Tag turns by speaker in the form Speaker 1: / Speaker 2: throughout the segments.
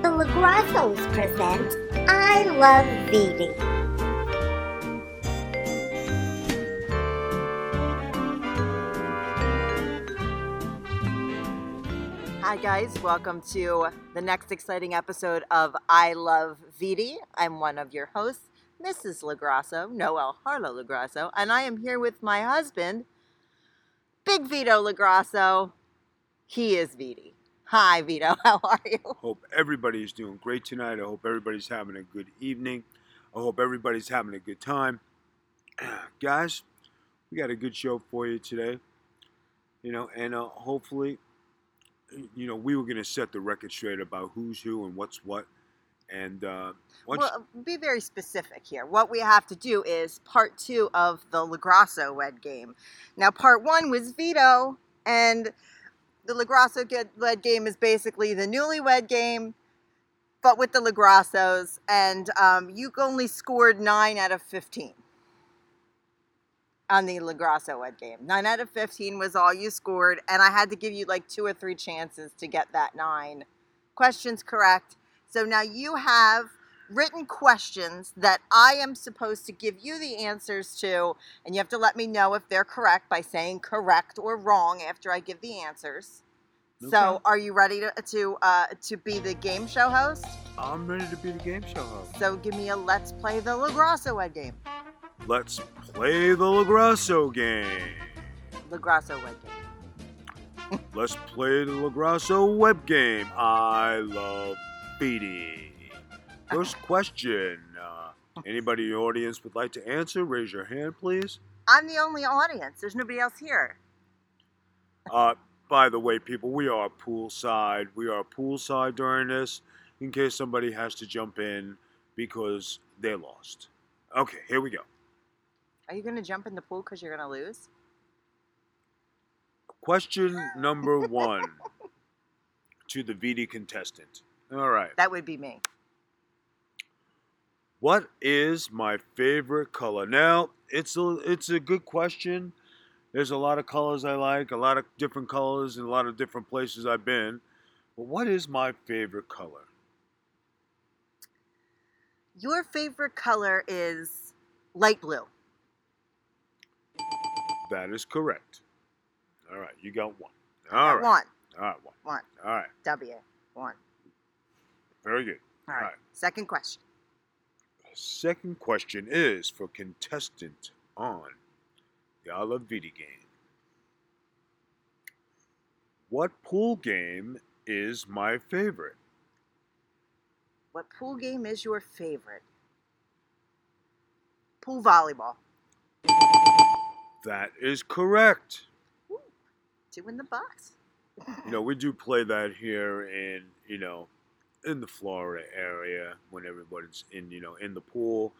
Speaker 1: Grottos present I Love Reading.
Speaker 2: Hi, guys. Welcome to the next exciting episode of I Love VD. I'm one of your hosts, Mrs. LaGrasso, Noel Harlow LaGrasso, and I am here with my husband, Big Vito LaGrasso. He is VD. Hi, Vito. How are you?
Speaker 3: Hope everybody's doing great tonight. I hope everybody's having a good evening. I hope everybody's having a good time. Guys, we got a good show for you today. You know, and uh, hopefully, you know, we were going to set the record straight about who's who and what's what. And uh, once,
Speaker 2: Well, be very specific here. What we have to do is part two of the Lagrasso wed game. Now, part one was Vito, and the Lagrasso get- led game is basically the newlywed game, but with the Lagrassos, and um, you only scored nine out of fifteen on the Lagrasso wed game. Nine out of fifteen was all you scored, and I had to give you like two or three chances to get that nine questions correct. So now you have written questions that I am supposed to give you the answers to, and you have to let me know if they're correct by saying correct or wrong after I give the answers. So,
Speaker 3: Okay.
Speaker 2: are you ready to to, uh, to be the game show host?
Speaker 3: I'm ready to be the game show host.
Speaker 2: So, give me a let's play the Lagrasso Wed game.
Speaker 3: Let's play the LaGrasso game.
Speaker 2: Lagrasso Wed game.
Speaker 3: Let's play the LaGrasso web game. I love feeding. First question. Uh, anybody in the audience would like to answer? Raise your hand, please.
Speaker 2: I'm the only audience. There's nobody else here.
Speaker 3: Uh, by the way, people, we are poolside. We are poolside during this in case somebody has to jump in because they lost. Okay, here we go.
Speaker 2: Are you going to jump in the pool because you're going to lose?
Speaker 3: Question number one to the VD contestant. All right.
Speaker 2: That would be me.
Speaker 3: What is my favorite color? Now, it's a it's a good question. There's a lot of colors I like, a lot of different colors in a lot of different places I've been. But what is my favorite color?
Speaker 2: Your favorite color is light blue.
Speaker 3: That is correct. All right, you got one. All right.
Speaker 2: One,
Speaker 3: All right, one.
Speaker 2: one,
Speaker 3: All right,
Speaker 2: W, one.
Speaker 3: very good.
Speaker 2: All right.
Speaker 3: All right.
Speaker 2: Second question.
Speaker 3: Second question is for contestant on the I Love Vita game. What pool game is my favorite?
Speaker 2: What pool game is your favorite? Pool volleyball.
Speaker 3: That is correct.
Speaker 2: Two in the box.
Speaker 3: You know, we do play that here in, you know, in the Florida area when everybody's in, you know, in the pool.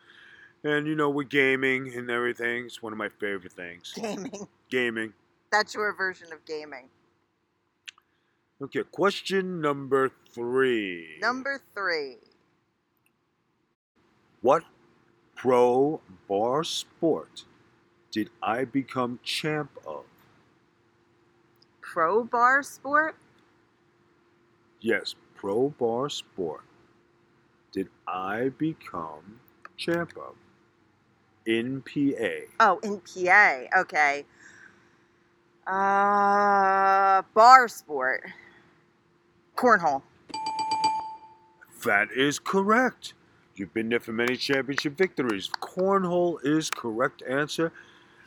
Speaker 3: And, you know, we're gaming and everything. It's one of my favorite things.
Speaker 2: Gaming.
Speaker 3: Gaming.
Speaker 2: That's your version of gaming.
Speaker 3: Okay, question number three.
Speaker 2: Number three.
Speaker 3: What pro bar sport did I become champ of?
Speaker 2: Pro bar sport?
Speaker 3: Yes, pro bar sport did I become champ of? In PA.
Speaker 2: Oh, in PA. Okay. Uh, bar sport. Cornhole.
Speaker 3: That is correct. You've been there for many championship victories. Cornhole is correct answer.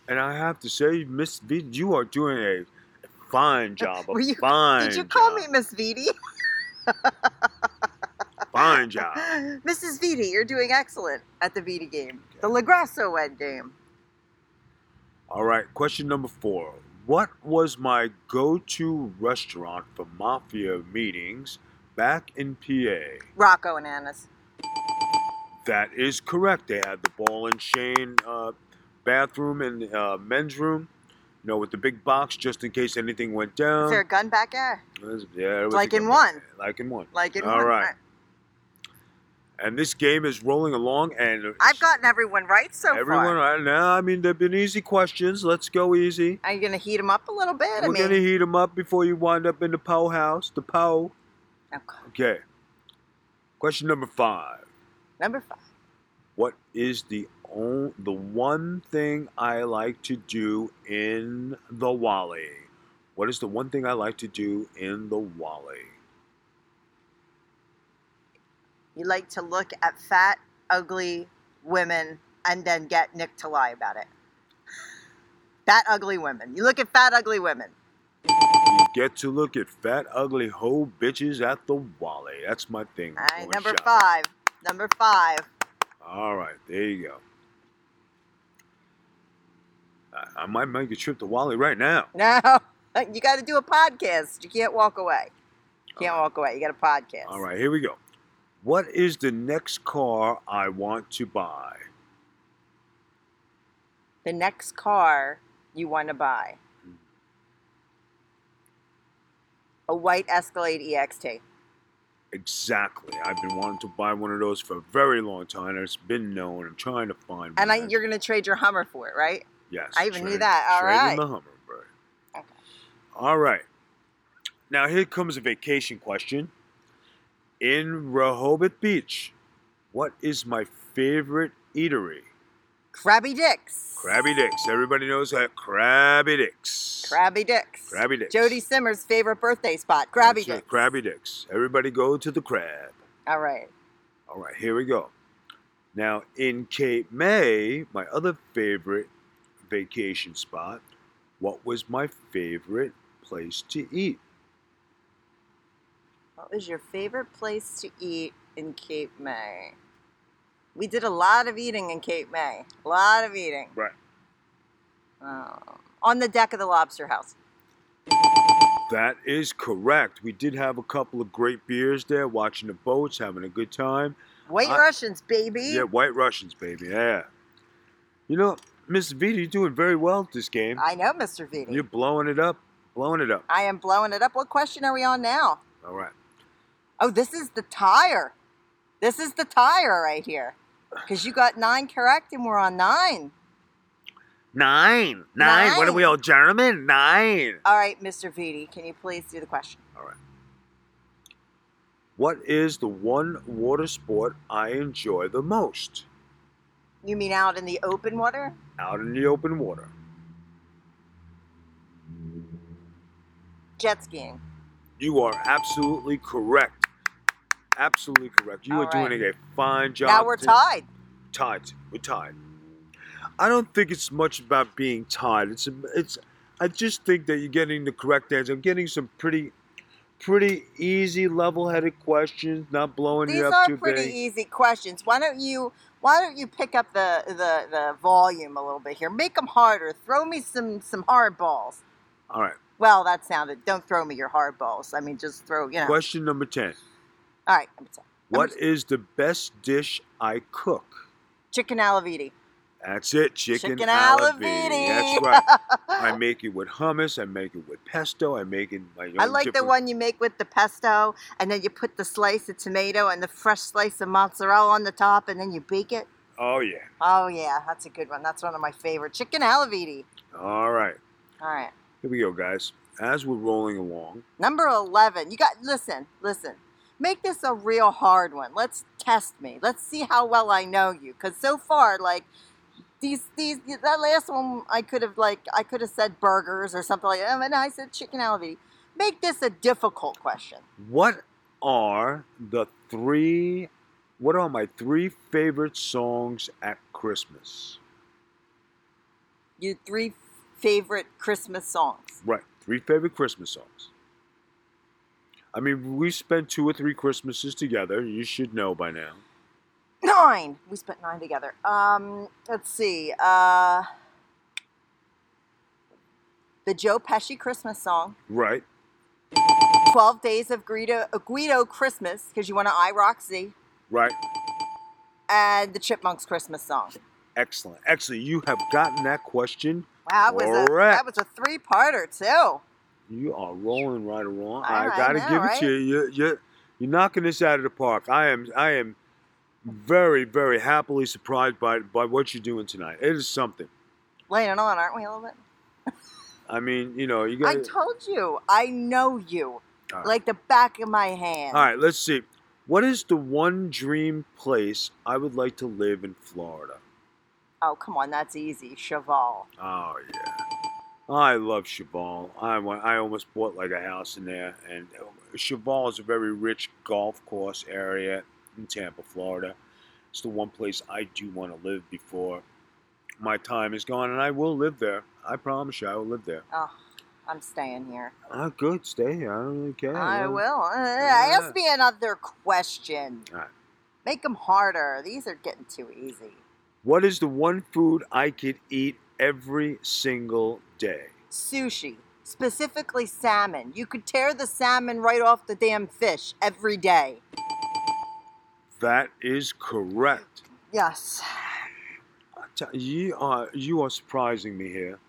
Speaker 3: And I have to say, Miss V, you are doing a fine job. A
Speaker 2: Were you-
Speaker 3: fine
Speaker 2: Did you call
Speaker 3: job,
Speaker 2: me Miss Vidi?
Speaker 3: Fine job.
Speaker 2: Mrs. Vidi, you're doing excellent at the Vidi game. The Lagrasso Wed game.
Speaker 3: All right, question number four. What was my go to restaurant for mafia meetings back in PA?
Speaker 2: Rocco and Anna's.
Speaker 3: That is correct. They had the ball and chain uh, bathroom and uh, men's room, you know, with the big box just in case anything went
Speaker 2: Is
Speaker 3: down.
Speaker 2: there a gun back there?
Speaker 3: yeah, Um, it was
Speaker 2: Like
Speaker 3: a
Speaker 2: in
Speaker 3: good-
Speaker 2: one.
Speaker 3: Like in one.
Speaker 2: Like it
Speaker 3: All
Speaker 2: would-
Speaker 3: right. And this game is rolling along, and
Speaker 2: I've gotten everyone right so
Speaker 3: everyone
Speaker 2: far.
Speaker 3: right now. I mean, they've been easy questions. Let's go easy.
Speaker 2: Are you gonna heat them up a little bit? I
Speaker 3: We're
Speaker 2: mean,
Speaker 3: gonna heat them up before you wind up in the pow house. The pow.
Speaker 2: Oh, God.
Speaker 3: Okay. Question number five.
Speaker 2: Number five.
Speaker 3: What is the on, the one thing I like to do in the Wally? What is the one thing I like to do in the Wally?
Speaker 2: You like to look at fat, ugly women and then get Nick to lie about it. Fat, ugly women. You look at fat, ugly women.
Speaker 3: You get to look at fat, ugly hoe bitches at the Wally. That's my thing.
Speaker 2: All right,
Speaker 3: Going
Speaker 2: number
Speaker 3: shopping.
Speaker 2: five. Number five.
Speaker 3: All right, there you go. I, I might make a trip to Wally right now.
Speaker 2: No, you got to do a podcast. You can't walk away. Can't walk away. You got a podcast.
Speaker 3: All right, here we go. What is the next car I want to buy?
Speaker 2: The next car you want to buy. A white Escalade E EXT.
Speaker 3: Exactly. I've been wanting to buy one of those for a very long time. It's been known. I'm trying to find one.
Speaker 2: And I, you're going to trade your Hummer for it, right?
Speaker 3: yes,
Speaker 2: I even knew
Speaker 3: trade-
Speaker 2: that. All
Speaker 3: trade in
Speaker 2: right.
Speaker 3: the Hummingbird.
Speaker 2: Okay.
Speaker 3: All right. Now here comes a vacation question. In Rehoboth Beach, what is my favorite eatery?
Speaker 2: Krabby Dicks.
Speaker 3: Krabby Dicks. Everybody knows that Krabby Dicks.
Speaker 2: Krabby Dicks.
Speaker 3: Krabby Dicks.
Speaker 2: Jody Simmer's favorite birthday spot, Krabby
Speaker 3: That's right,
Speaker 2: Dicks.
Speaker 3: Krabby Dicks. Everybody go to the crab.
Speaker 2: All right.
Speaker 3: All right, here we go. Now, in Cape May, my other favorite vacation spot, what was my favorite place to eat?
Speaker 2: What was your favorite place to eat in Cape May? We did a lot of eating in Cape May. A lot of eating.
Speaker 3: Right.
Speaker 2: Um, on the deck of the Lobster House.
Speaker 3: That is correct. We did have a couple of great beers there, watching the boats, having a good time.
Speaker 2: White
Speaker 3: I-
Speaker 2: Russians, baby.
Speaker 3: Yeah, White Russians, baby. Yeah. You know, Miss Vita, you're doing very well this game.
Speaker 2: I know, Mr. Viti.
Speaker 3: You're blowing it up, blowing it up.
Speaker 2: I am blowing it up. What question are we on now?
Speaker 3: All right.
Speaker 2: Oh, this is the tire. This is the tire right here. Because you got nine correct and we're on nine.
Speaker 3: Nine.
Speaker 2: Nine. What are we
Speaker 3: all German? Nine.
Speaker 2: All right, Mr. Viti, can you please do the question?
Speaker 3: What is the one water sport I enjoy the most?
Speaker 2: You mean out in the open water?
Speaker 3: Out in the open water.
Speaker 2: Jet skiing.
Speaker 3: You are absolutely correct. Absolutely correct. You
Speaker 2: All
Speaker 3: are doing a fine job.
Speaker 2: now we're
Speaker 3: to-
Speaker 2: tied.
Speaker 3: Tied. We're tied. I don't think it's much about being tied. It's it's. I just think that you're getting the correct answer. I'm getting some pretty, pretty easy, level-headed questions. Not blowing
Speaker 2: These
Speaker 3: you up
Speaker 2: are
Speaker 3: too
Speaker 2: pretty e
Speaker 3: big.
Speaker 2: easy questions. Why don't you why don't you pick up the, the, the volume a little bit here? Make them harder. Throw me some some hard balls.
Speaker 3: All right.
Speaker 2: Well, that sounded. Don't throw me your hard balls. I mean, just throw. You know.
Speaker 3: Question number ten.
Speaker 2: All right. I'm sorry.
Speaker 3: What is the best dish I cook?
Speaker 2: Chicken alaviti.
Speaker 3: That's it, chicken,
Speaker 2: Chicken
Speaker 3: alla
Speaker 2: alla
Speaker 3: vidi.
Speaker 2: vidi.
Speaker 3: That's right. I make it with hummus. I make it with pesto. I make it my own.
Speaker 2: I like the
Speaker 3: different-
Speaker 2: one you make with the pesto, and then you put the slice of tomato and the fresh slice of mozzarella on the top, and then you bake it.
Speaker 3: Oh yeah.
Speaker 2: Oh yeah, that's a good one. That's one of my favorite. Chicken alaviti.
Speaker 3: All right.
Speaker 2: All right.
Speaker 3: Here we go, guys. As we're rolling along,
Speaker 2: Number 11. You got, listen, listen. Make this a real hard one. Let's test me. Let's see how well I know you. Because so far, like, these, these, that last one, I could have, like, I could have said burgers or something like that. And I said chicken alvity. Make this a difficult question.
Speaker 3: what are the three? What are my three favorite songs at Christmas?
Speaker 2: Your three favorite Christmas songs.
Speaker 3: Right. Three favorite Christmas songs. I mean, we spent two or three Christmases together. You should know by now.
Speaker 2: Nine. We spent nine together. Um, let's see. Uh, the Joe Pesci Christmas song.
Speaker 3: Right.
Speaker 2: 12 Days of Guido, uh, Guido Christmas, because you want to I Roxy,
Speaker 3: Right.
Speaker 2: and the Chipmunks Christmas song.
Speaker 3: Excellent. Excellent. You have gotten that question.
Speaker 2: Wow, that was, a,
Speaker 3: Correct.
Speaker 2: that was a three parter, too.
Speaker 3: You are rolling right along. I
Speaker 2: I
Speaker 3: gotta
Speaker 2: know,
Speaker 3: give it
Speaker 2: right?
Speaker 3: to you. You're, you're, you're knocking this out of the park. I am. I am very, very happily surprised by by what you're doing tonight. It is something.
Speaker 2: Laying it on, aren't we, a little bit?
Speaker 3: I mean, you know, you
Speaker 2: I
Speaker 3: got.
Speaker 2: told you, I know you
Speaker 3: All right.
Speaker 2: like the back of my hand.
Speaker 3: All right. Let's see. What is the one dream place I would like to live in Florida?
Speaker 2: Oh, come on, that's easy. Cheval.
Speaker 3: Oh yeah, I love Cheval. I went, I almost bought like a house in there, and Cheval is a very rich golf course area in Tampa, Florida. It's the one place I do want to live before my time is gone, and I will live there. I promise you, I will live there.
Speaker 2: Oh, I'm staying here.
Speaker 3: Ah, good, stay here. I don't really care.
Speaker 2: I
Speaker 3: Yeah.
Speaker 2: will. Uh,
Speaker 3: Yeah.
Speaker 2: Ask me another question. Make 'em
Speaker 3: Alright.
Speaker 2: Make them harder. These are getting too easy.
Speaker 3: What is the one food I could eat every single day?
Speaker 2: Sushi, specifically salmon. You could tear the salmon right off the damn fish every day.
Speaker 3: That is correct.
Speaker 2: Yes.
Speaker 3: I tell- You are you are surprising me here.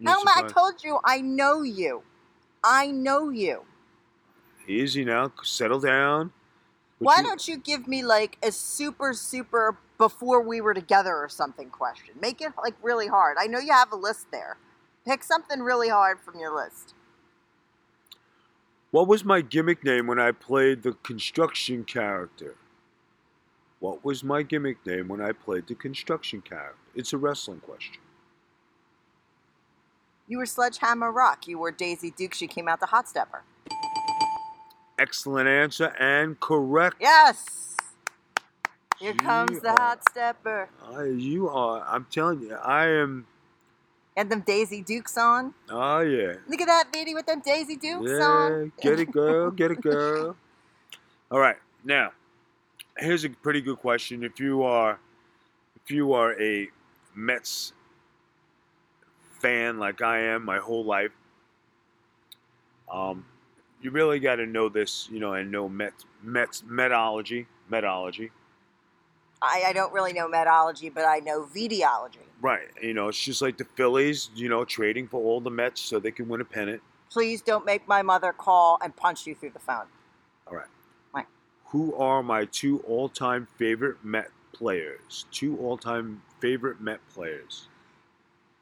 Speaker 3: You're
Speaker 2: Elma, I
Speaker 3: surpri-
Speaker 2: told you I know you. I know you.
Speaker 3: Easy now. Settle down. Would
Speaker 2: Why
Speaker 3: you-
Speaker 2: don't you give me like a super, super before we were together or something question? Make it like really hard. I know you have a list there. Pick something really hard from your list.
Speaker 3: What was my gimmick name when I played the construction character? What was my gimmick name when I played the construction character? It's a wrestling question.
Speaker 2: You were Sledgehammer Rock. You were Daisy Duke. She came out the Hot Stepper.
Speaker 3: Excellent answer and correct.
Speaker 2: Yes. Here comes
Speaker 3: You
Speaker 2: the
Speaker 3: are-
Speaker 2: Hot Stepper.
Speaker 3: I, you are. I'm telling you. I am.
Speaker 2: And them Daisy Dukes on.
Speaker 3: Oh yeah.
Speaker 2: Look at that video with them Daisy Dukes
Speaker 3: Yeah,
Speaker 2: on.
Speaker 3: get it, girl. Get it, girl. All right, now here's a pretty good question. If you are, if you are a Mets fan like I am, my whole life, um, you really got to know this, you know, and know Mets, Mets, metology, metology.
Speaker 2: I, I don't really know metology, but I know videology.
Speaker 3: Right, you know, it's just like the Phillies, you know, trading for all the Mets so they can win a pennant.
Speaker 2: Please don't make my mother call and punch you through the phone.
Speaker 3: who are my two all-time favorite Met players? Two all-time favorite Met players.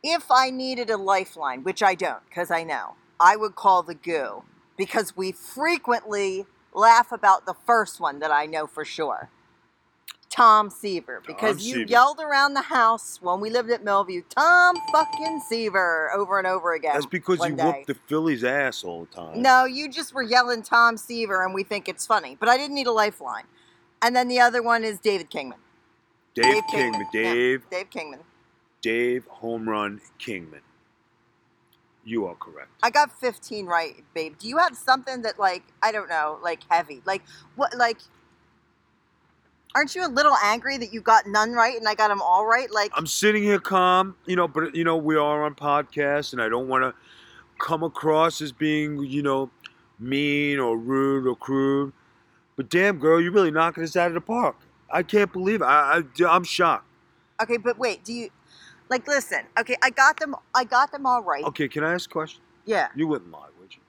Speaker 2: If I needed a lifeline, which I don't because I know, I would call the goo because we frequently laugh about the first one that I know for sure Tom Seaver. Because
Speaker 3: Tom
Speaker 2: you
Speaker 3: Seaver.
Speaker 2: yelled around the house when we lived at Millview, Tom fucking Seaver, over and over again.
Speaker 3: That's because
Speaker 2: one
Speaker 3: you
Speaker 2: day.
Speaker 3: whooped the Phillies' ass all the time.
Speaker 2: No, you just were yelling Tom Seaver and we think it's funny, but I didn't need a lifeline. And then the other one is David Kingman.
Speaker 3: Dave,
Speaker 2: Dave
Speaker 3: Kingman.
Speaker 2: Kingman, yeah.
Speaker 3: Dave,
Speaker 2: Dave Kingman.
Speaker 3: Dave, home run Kingman. You are correct.
Speaker 2: I got 15 right, babe. Do you have something that like I don't know, like heavy, like what, like? Aren't you a little angry that you got none right and I got them all right? Like,
Speaker 3: I'm sitting here calm, you know, but you know we are on podcast, and I don't want to come across as being, you know, mean or rude or crude. But damn, girl, you're really knocking us out of the park. I can't believe it. I, I I'm shocked.
Speaker 2: okay, but wait, do you? Like, listen, okay, I got them, I got them all right.
Speaker 3: Okay, can I ask a question?
Speaker 2: Yeah.
Speaker 3: You wouldn't lie, would you?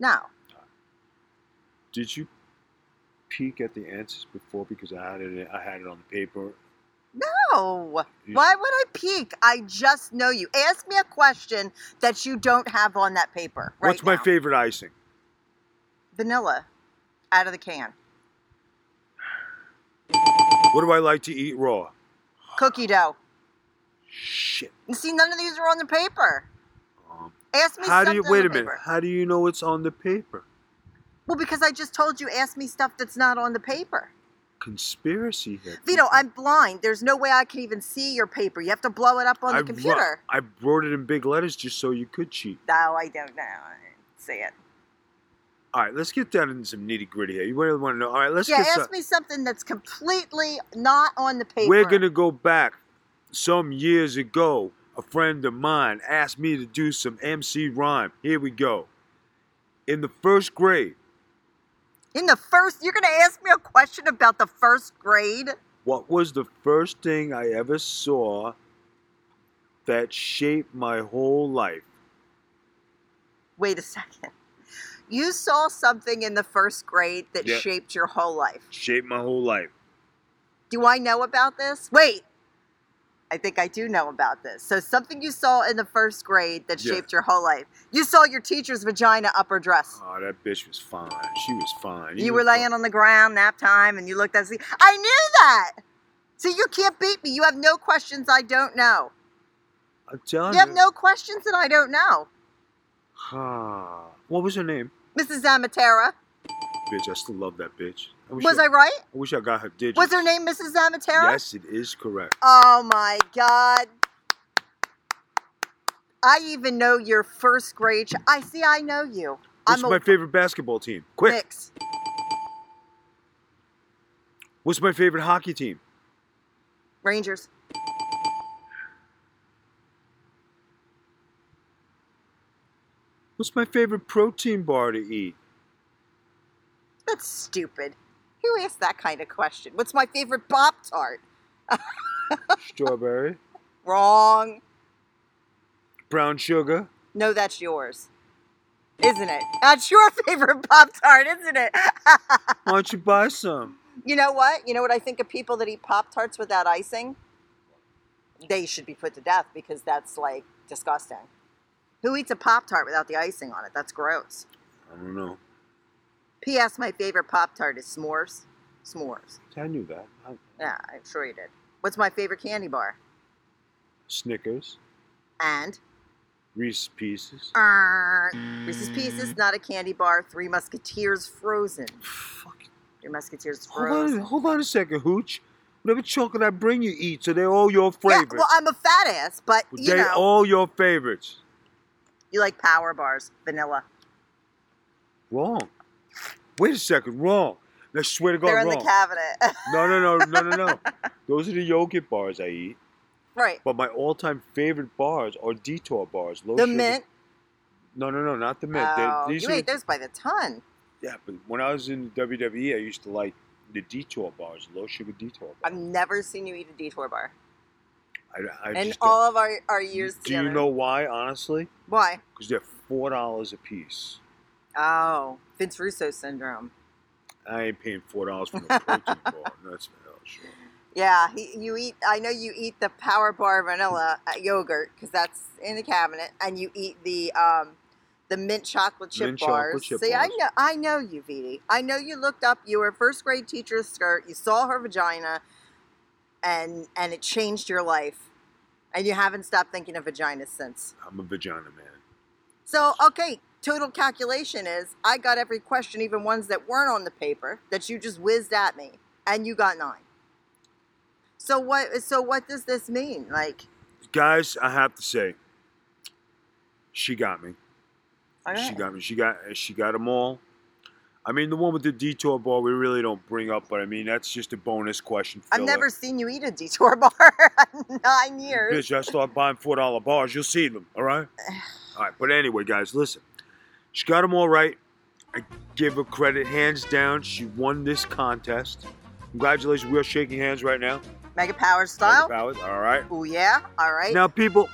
Speaker 2: No.
Speaker 3: Did you peek at the answers before because I had it? I had it on the paper.
Speaker 2: No.
Speaker 3: You-
Speaker 2: Why would I peek? I just know you. Ask me a question that you don't have on that paper. Right
Speaker 3: What's my
Speaker 2: now.
Speaker 3: favorite icing?
Speaker 2: Vanilla, out of the can.
Speaker 3: What do I like to eat raw?
Speaker 2: Cookie dough.
Speaker 3: Shit.
Speaker 2: You see, none of these are on the paper.
Speaker 3: Um,
Speaker 2: Ask me
Speaker 3: how do
Speaker 2: something
Speaker 3: you
Speaker 2: on
Speaker 3: wait
Speaker 2: the
Speaker 3: a minute?
Speaker 2: paper.
Speaker 3: How do you know it's on the paper?
Speaker 2: Well, because I just told you, ask me stuff that's not on the paper.
Speaker 3: Conspiracy here.
Speaker 2: Vito, I'm blind. There's no way I can even see your paper. You have to blow it up on the
Speaker 3: I wr-
Speaker 2: computer.
Speaker 3: I wrote it in big letters just so you could cheat.
Speaker 2: No, I don't know. I didn't see it.
Speaker 3: All right, let's get down into some nitty gritty here. You really want to know? All right, let's
Speaker 2: yeah,
Speaker 3: get.
Speaker 2: ask
Speaker 3: some-
Speaker 2: me something that's completely not on the paper.
Speaker 3: We're going to go back some years ago. A friend of mine asked me to do some MC rhyme. Here we go. In the first grade,
Speaker 2: In the first, you're going to ask me a question about the first grade?
Speaker 3: what was the first thing I ever saw that shaped my whole life?
Speaker 2: Wait a second. You saw something in the first grade that
Speaker 3: Yeah.
Speaker 2: shaped your whole life.
Speaker 3: Shaped my whole life.
Speaker 2: Do I know about this? Wait. I think I do know about this. So something you saw in the first grade that
Speaker 3: Yeah.
Speaker 2: shaped your whole life. You saw your teacher's vagina up her dress.
Speaker 3: Oh, that bitch was fine. She was fine.
Speaker 2: you were laying on the ground nap time and you looked at the I knew that. See, you can't beat me. You have no questions I don't know.
Speaker 3: I'm telling
Speaker 2: You have no questions that I don't know.
Speaker 3: Huh. What was her name?
Speaker 2: Mrs. Amatera.
Speaker 3: Bitch, I still love that bitch. I wish
Speaker 2: Was
Speaker 3: I,
Speaker 2: I right?
Speaker 3: I wish I got her digits.
Speaker 2: Was her name Mrs. Amatera?
Speaker 3: Yes, it is correct.
Speaker 2: Oh my God. I even know your first grade. Ch- I see, I know you.
Speaker 3: What's
Speaker 2: I'm a
Speaker 3: my favorite basketball team? Quick.
Speaker 2: Knicks.
Speaker 3: What's my favorite hockey team?
Speaker 2: Rangers.
Speaker 3: What's my favorite protein bar to eat?
Speaker 2: That's stupid. Who asked that kind of question? What's my favorite Pop Tart?
Speaker 3: Strawberry.
Speaker 2: Wrong.
Speaker 3: Brown sugar.
Speaker 2: No, that's yours. Isn't it? That's your favorite Pop Tart, isn't it?
Speaker 3: Why don't you buy some?
Speaker 2: you know what? You know what I think of people that eat Pop Tarts without icing? They should be put to death because that's like disgusting. Who eats a Pop Tart without the icing on it? That's gross.
Speaker 3: I don't know.
Speaker 2: P.S. My favorite Pop Tart is s'mores. S'mores.
Speaker 3: I knew that. I-
Speaker 2: Yeah, I'm sure you did. What's my favorite candy bar?
Speaker 3: Snickers.
Speaker 2: And
Speaker 3: Reese's Pieces.
Speaker 2: er, Reese's Pieces, not a candy bar. Three Musketeers frozen.
Speaker 3: Fuck.
Speaker 2: Three Musketeers
Speaker 3: Hold on,
Speaker 2: frozen.
Speaker 3: hold on a second, Hooch. Whatever chocolate I bring you eat, so they're all your
Speaker 2: Yeah,
Speaker 3: favorites.
Speaker 2: well, I'm a fat ass, but you
Speaker 3: they
Speaker 2: know,
Speaker 3: all your favorites.
Speaker 2: you like power bars, vanilla.
Speaker 3: Wrong. Wait a second, wrong. I swear to God,
Speaker 2: They're in
Speaker 3: wrong.
Speaker 2: the cabinet.
Speaker 3: no, no, no, no, no, no. Those are the yogurt bars I eat.
Speaker 2: right.
Speaker 3: But my all-time favorite bars are detour bars. Low
Speaker 2: The
Speaker 3: sugar-
Speaker 2: mint.
Speaker 3: No, no, no, not the Oh, mint. They-
Speaker 2: Oh,
Speaker 3: these
Speaker 2: you
Speaker 3: are-
Speaker 2: ate those by the ton.
Speaker 3: Yeah, but when I was in WWE, I used to like the detour bars, low sugar detour
Speaker 2: I've
Speaker 3: bars.
Speaker 2: never seen you eat a detour bar
Speaker 3: I, I
Speaker 2: in
Speaker 3: just don't-
Speaker 2: all of our, our years
Speaker 3: Do
Speaker 2: together.
Speaker 3: you know why? Honestly,
Speaker 2: why?
Speaker 3: because they're four dollars a piece.
Speaker 2: Oh, Vince Russo syndrome.
Speaker 3: I ain't paying four dollars for no protein bar. That's for hell, sure.
Speaker 2: Yeah, he, you eat. I know you eat the power bar vanilla uh, yogurt because that's in the cabinet, and you eat the um, the mint chocolate chip
Speaker 3: Mint chocolate
Speaker 2: bars.
Speaker 3: chip
Speaker 2: See, I
Speaker 3: bars.
Speaker 2: know, I know you, Viti. I know you looked up. You were a first grade teacher's skirt. You saw her vagina, and and it changed your life, and you haven't stopped thinking of vaginas since.
Speaker 3: I'm a vagina man.
Speaker 2: So, okay, total calculation is I got every question, even ones that weren't on the paper, that you just whizzed at me, and you got nine. So what? So what does this mean? Like,
Speaker 3: Guys, I have to say, she got me.
Speaker 2: all
Speaker 3: She
Speaker 2: right.
Speaker 3: got me. She got she got them all. I mean, the one with the detour bar, we really don't bring up, but I mean, that's just a bonus question.
Speaker 2: I've
Speaker 3: filler.
Speaker 2: never seen you eat a detour bar in nine years.
Speaker 3: Bitch, I start buying four dollar bars. You'll see them. All right. All right. But anyway, guys, listen. She got them all right. I give her credit, hands down. She won this contest. Congratulations. We are shaking hands right now.
Speaker 2: Mega Power style.
Speaker 3: Powers. All right.
Speaker 2: Oh yeah. All right.
Speaker 3: Now, people,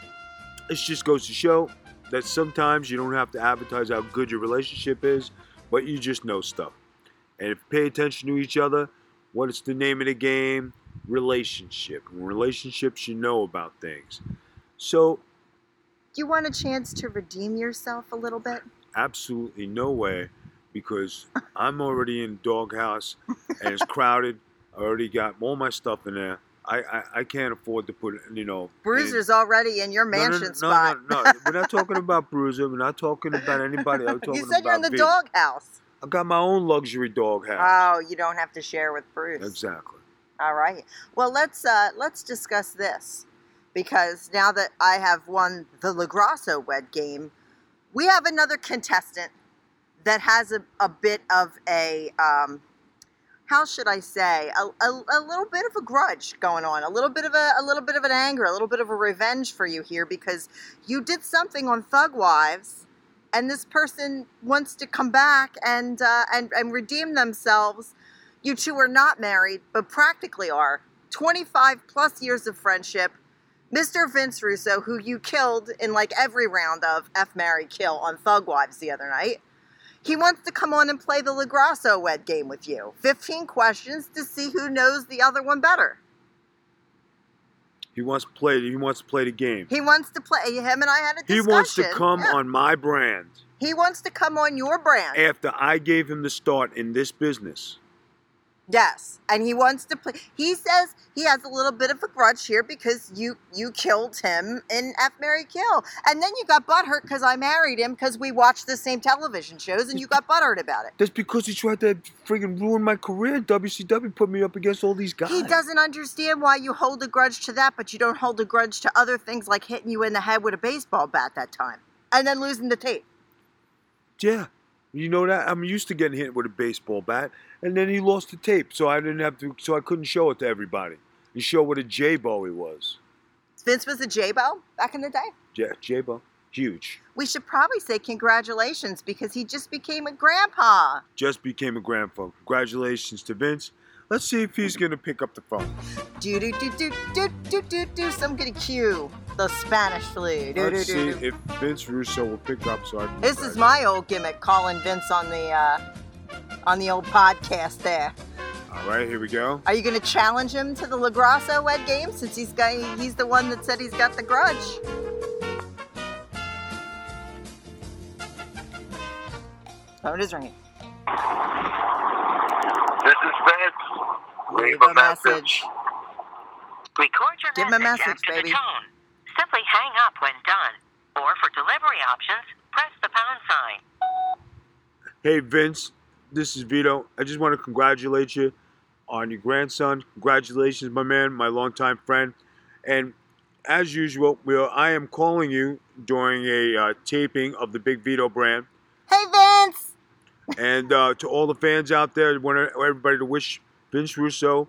Speaker 3: this just goes to show that sometimes you don't have to advertise how good your relationship is, but you just know stuff. And if you pay attention to each other, what is the name of the game? Relationship. In relationships, you know about things. So,
Speaker 2: You want a chance to redeem yourself a little bit?
Speaker 3: absolutely no way because I'm already in doghouse and it's crowded. I already got all my stuff in there. I, I, I can't afford to put, you know. any-
Speaker 2: Bruiser's already in your
Speaker 3: No,
Speaker 2: mansion
Speaker 3: no, no,
Speaker 2: spot.
Speaker 3: No, no, no. We're not talking about Bruiser. We're not talking about anybody. I'm talking
Speaker 2: you said
Speaker 3: about
Speaker 2: you're in the
Speaker 3: Vic.
Speaker 2: doghouse.
Speaker 3: I got my own luxury dog house.
Speaker 2: Oh, you don't have to share with Bruce.
Speaker 3: exactly.
Speaker 2: All right. Well, let's uh, let's discuss this because now that I have won the Lagrasso wed game, we have another contestant that has a, a bit of a um, how should I say a, a, a little bit of a grudge going on, a little bit of a, a little bit of an anger, a little bit of a revenge for you here because you did something on Thug Wives. And this person wants to come back and, uh, and and redeem themselves you two are not married, but practically are. 25 plus years of friendship. Mr. Vince Russo, who you killed in like every round of F Marry Kill on Thug Wives the other night, he wants to come on and play the LaGrasso wed game with you. 15 questions to see who knows the other one better.
Speaker 3: He wants to play. He wants to play the game.
Speaker 2: He wants to play. Him and I had a
Speaker 3: He
Speaker 2: discussion.
Speaker 3: wants to come
Speaker 2: Yeah.
Speaker 3: on my brand
Speaker 2: He wants to come on your brand.
Speaker 3: after I gave him the start in this business.
Speaker 2: yes, and he wants to play. He says he has a little bit of a grudge here because you you killed him in F Mary Kill, and then you got butthurt because I married him because we watched the same television shows, and you got butthurt about it.
Speaker 3: That's because he tried to friggin' ruin my career. WCW put me up against all these guys.
Speaker 2: He doesn't understand why you hold a grudge to that, but you don't hold a grudge to other things like hitting you in the head with a baseball bat that time and then losing the tape.
Speaker 3: Yeah. You know that I'm used to getting hit with a baseball bat, and then he lost the tape, so I didn't have to, so I couldn't show it to everybody. You show what a J-bo he was.
Speaker 2: Vince was a J-Bo back in the day.
Speaker 3: Yeah, J-bo, huge.
Speaker 2: We should probably say congratulations because he just became a grandpa.
Speaker 3: Just became a grandpa. Congratulations to Vince. Let's see if he's gonna pick up the phone.
Speaker 2: Do do do do do do do do. So I'm gonna cue the Spanish flu. Do, do,
Speaker 3: Let's see
Speaker 2: do, do.
Speaker 3: if Vince Russo will pick up. So I can
Speaker 2: This is my old gimmick, calling Vince on the uh, on the old podcast. There.
Speaker 3: All right, here we go.
Speaker 2: Are you gonna challenge him to the Lagrasso Wed game since he's got he's the one that said he's got the grudge? Oh, it is ringing.
Speaker 4: This is Vince.
Speaker 2: Leave a message.
Speaker 5: Record your
Speaker 2: Give 'em a
Speaker 5: message,
Speaker 2: message,
Speaker 5: after
Speaker 2: baby.
Speaker 5: the tone. Simply hang up when done. Or for delivery options, press the pound sign.
Speaker 3: Hey Vince, this is Vito. I just want to congratulate you on your grandson. Congratulations, my man, my longtime friend. And as usual, we are, I am calling you during a uh, taping of the Big Vito brand.
Speaker 2: Hey, Vince.
Speaker 3: And uh, to all the fans out there, I want everybody to wish Vince Russo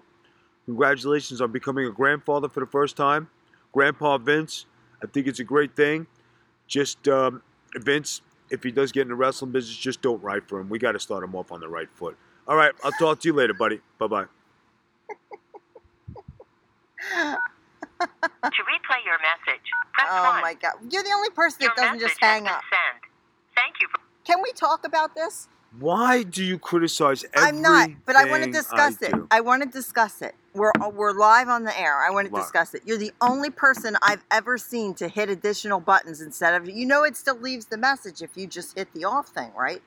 Speaker 3: congratulations on becoming a grandfather for the first time. Grandpa Vince, I think it's a great thing. Just um, Vince, if he does get in the wrestling business, just don't write for him. We got to start him off on the right foot. All right, I'll talk to you later, buddy. Bye bye.
Speaker 5: to replay your message, press
Speaker 2: Oh
Speaker 5: 1.
Speaker 2: my God, you're the only person
Speaker 5: your
Speaker 2: that doesn't just
Speaker 5: message has
Speaker 2: hang
Speaker 5: been
Speaker 2: up.
Speaker 5: Sent. Thank you for
Speaker 2: Can we talk about this?
Speaker 3: Why do you criticize
Speaker 2: I'm not, but I want to
Speaker 3: everything
Speaker 2: discuss
Speaker 3: I
Speaker 2: it.
Speaker 3: do?
Speaker 2: I want to discuss it. We're uh, we're live on the air. I want to
Speaker 3: Live.
Speaker 2: discuss it. You're the only person I've ever seen to hit additional buttons instead of you know it still leaves the message if you just hit the off thing, right?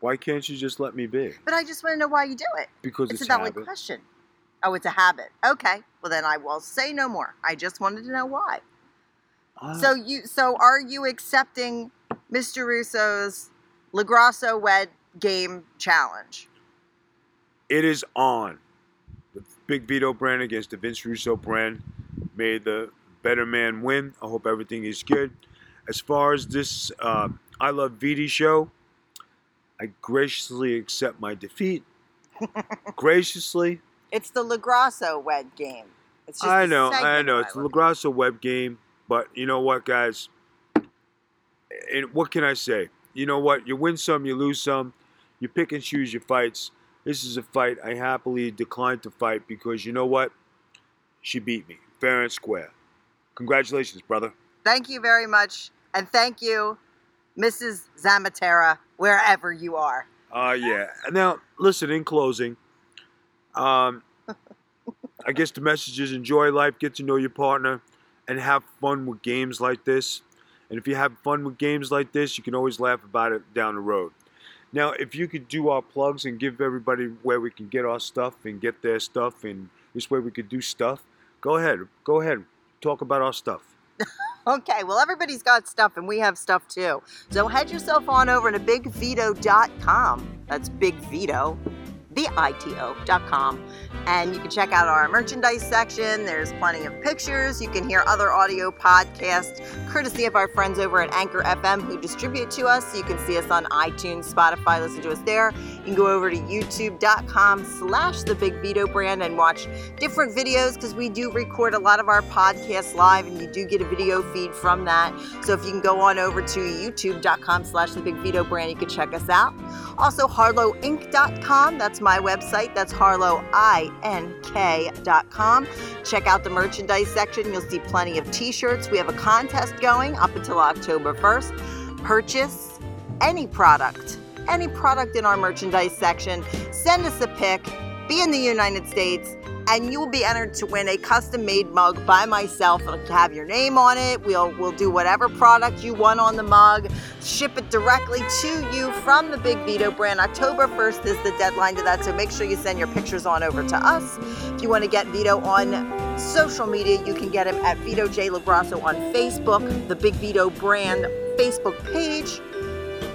Speaker 3: Why can't you just let me be?
Speaker 2: But I just want to know why you do it.
Speaker 3: Because
Speaker 2: It's
Speaker 3: it's,
Speaker 2: a valid
Speaker 3: habit.
Speaker 2: question. Oh, it's a habit. Okay. Well, then I will say no more. I just wanted to know why.
Speaker 3: Ah,
Speaker 2: So you so are you accepting Mr. Russo's Lagrasso wed game challenge?
Speaker 3: It is on. The Big Vito brand against the Vince Russo brand. May the better man win. I hope everything is good. As far as this uh, I Love VD show, I graciously accept my defeat. graciously.
Speaker 2: It's the Lagrasso wed game. It's just
Speaker 3: I
Speaker 2: a
Speaker 3: know, I
Speaker 2: segment
Speaker 3: know.
Speaker 2: of
Speaker 3: It's
Speaker 2: I
Speaker 3: a
Speaker 2: Love
Speaker 3: LaGrasso web game, but you know what, guys? And what can I say? You know what? You win some, you lose some. You pick and choose your fights. This is a fight I happily declined to fight because you know what? She beat me fair and square. Congratulations, brother.
Speaker 2: Thank you very much. And thank you, Mrs. Zamatera, wherever you are.
Speaker 3: Oh yeah. Now listen. In closing, um, I guess the message is enjoy life, get to know your partner, and have fun with games like this. And if you have fun with games like this, you can always laugh about it down the road. Now, if you could do our plugs and give everybody where we can get our stuff and get their stuff, and this way we could do stuff. Go ahead. Go ahead. Talk about our stuff.
Speaker 2: Okay, well, everybody's got stuff, and we have stuff too. So head yourself on over to bigveto.com. That's Big Veto, V I T O.com. And you can check out our merchandise section. There's plenty of pictures. You can hear other audio podcasts, courtesy of our friends over at Anchor FM who distribute to us. You can see us on iTunes, Spotify, listen to us there. You can go over to youtube.com slash the Big Veto brand and watch different videos because we do record a lot of our podcasts live and you do get a video feed from that. So if you can go on over to youtube.com slash the big veto brand, you can check us out. Also harlowinc.com, that's my website. That's harlowink.com. Check out the merchandise section. You'll see plenty of t-shirts. We have a contest going up until October 1st. Purchase any product, any product in our merchandise section. Send us a pic. Be in the United States and you will be entered to win a custom made mug by myself. It'll have your name on it. We'll we'll do whatever product you want on the mug, ship it directly to you from the Big Vito brand. October 1st is the deadline to that, so make sure you send your pictures on over to us. If you want to get Vito on social media, you can get him at Vito J Lagrasso on Facebook, the Big Vito brand Facebook page.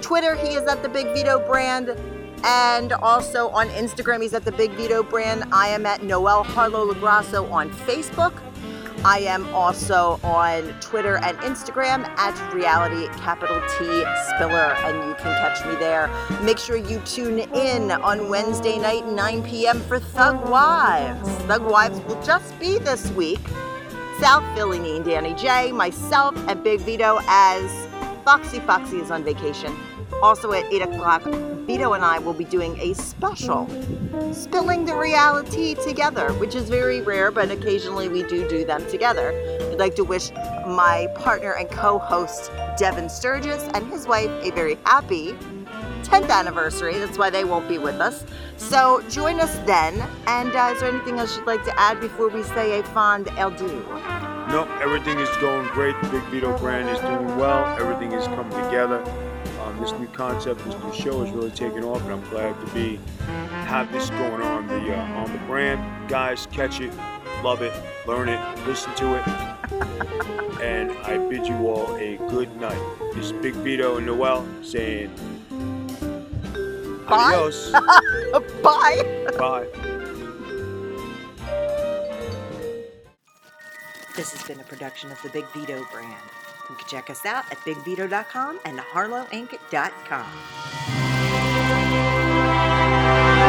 Speaker 2: Twitter, he is at the Big Vito brand. And also on Instagram, he's at the Big Vito brand. I am at Noel Harlow Lagrasso on Facebook. I am also on Twitter and Instagram at Reality Capital T Spiller, and you can catch me there. Make sure you tune in on Wednesday night, 9 p.m. for Thug Wives. Thug Wives will just be this week. South Philly Neen, Danny J, myself, and Big Vito as Foxy Foxy is on vacation. Also at 8 o'clock, Vito and I will be doing a special spilling the reality together, which is very rare, but occasionally we do do them together. I'd like to wish my partner and co host, Devin Sturgis, and his wife a very happy 10th anniversary. That's why they won't be with us. So join us then. And uh, is there anything else you'd like to add before we say a fond adieu?
Speaker 3: No, everything is going great. The Big Vito brand is doing well. Everything is coming together. Um, this new concept, this new show is really taking off, and I'm glad to be have this going on the uh, on the brand. Guys, catch it, love it, learn it, listen to it, and I bid you all a good night. This is Big Vito and Noel saying
Speaker 2: Bye.
Speaker 3: adios,
Speaker 2: Bye.
Speaker 3: bye.
Speaker 2: This has been a production of the Big Vito brand. You can check us out at bigvito.com and harlowinc.com.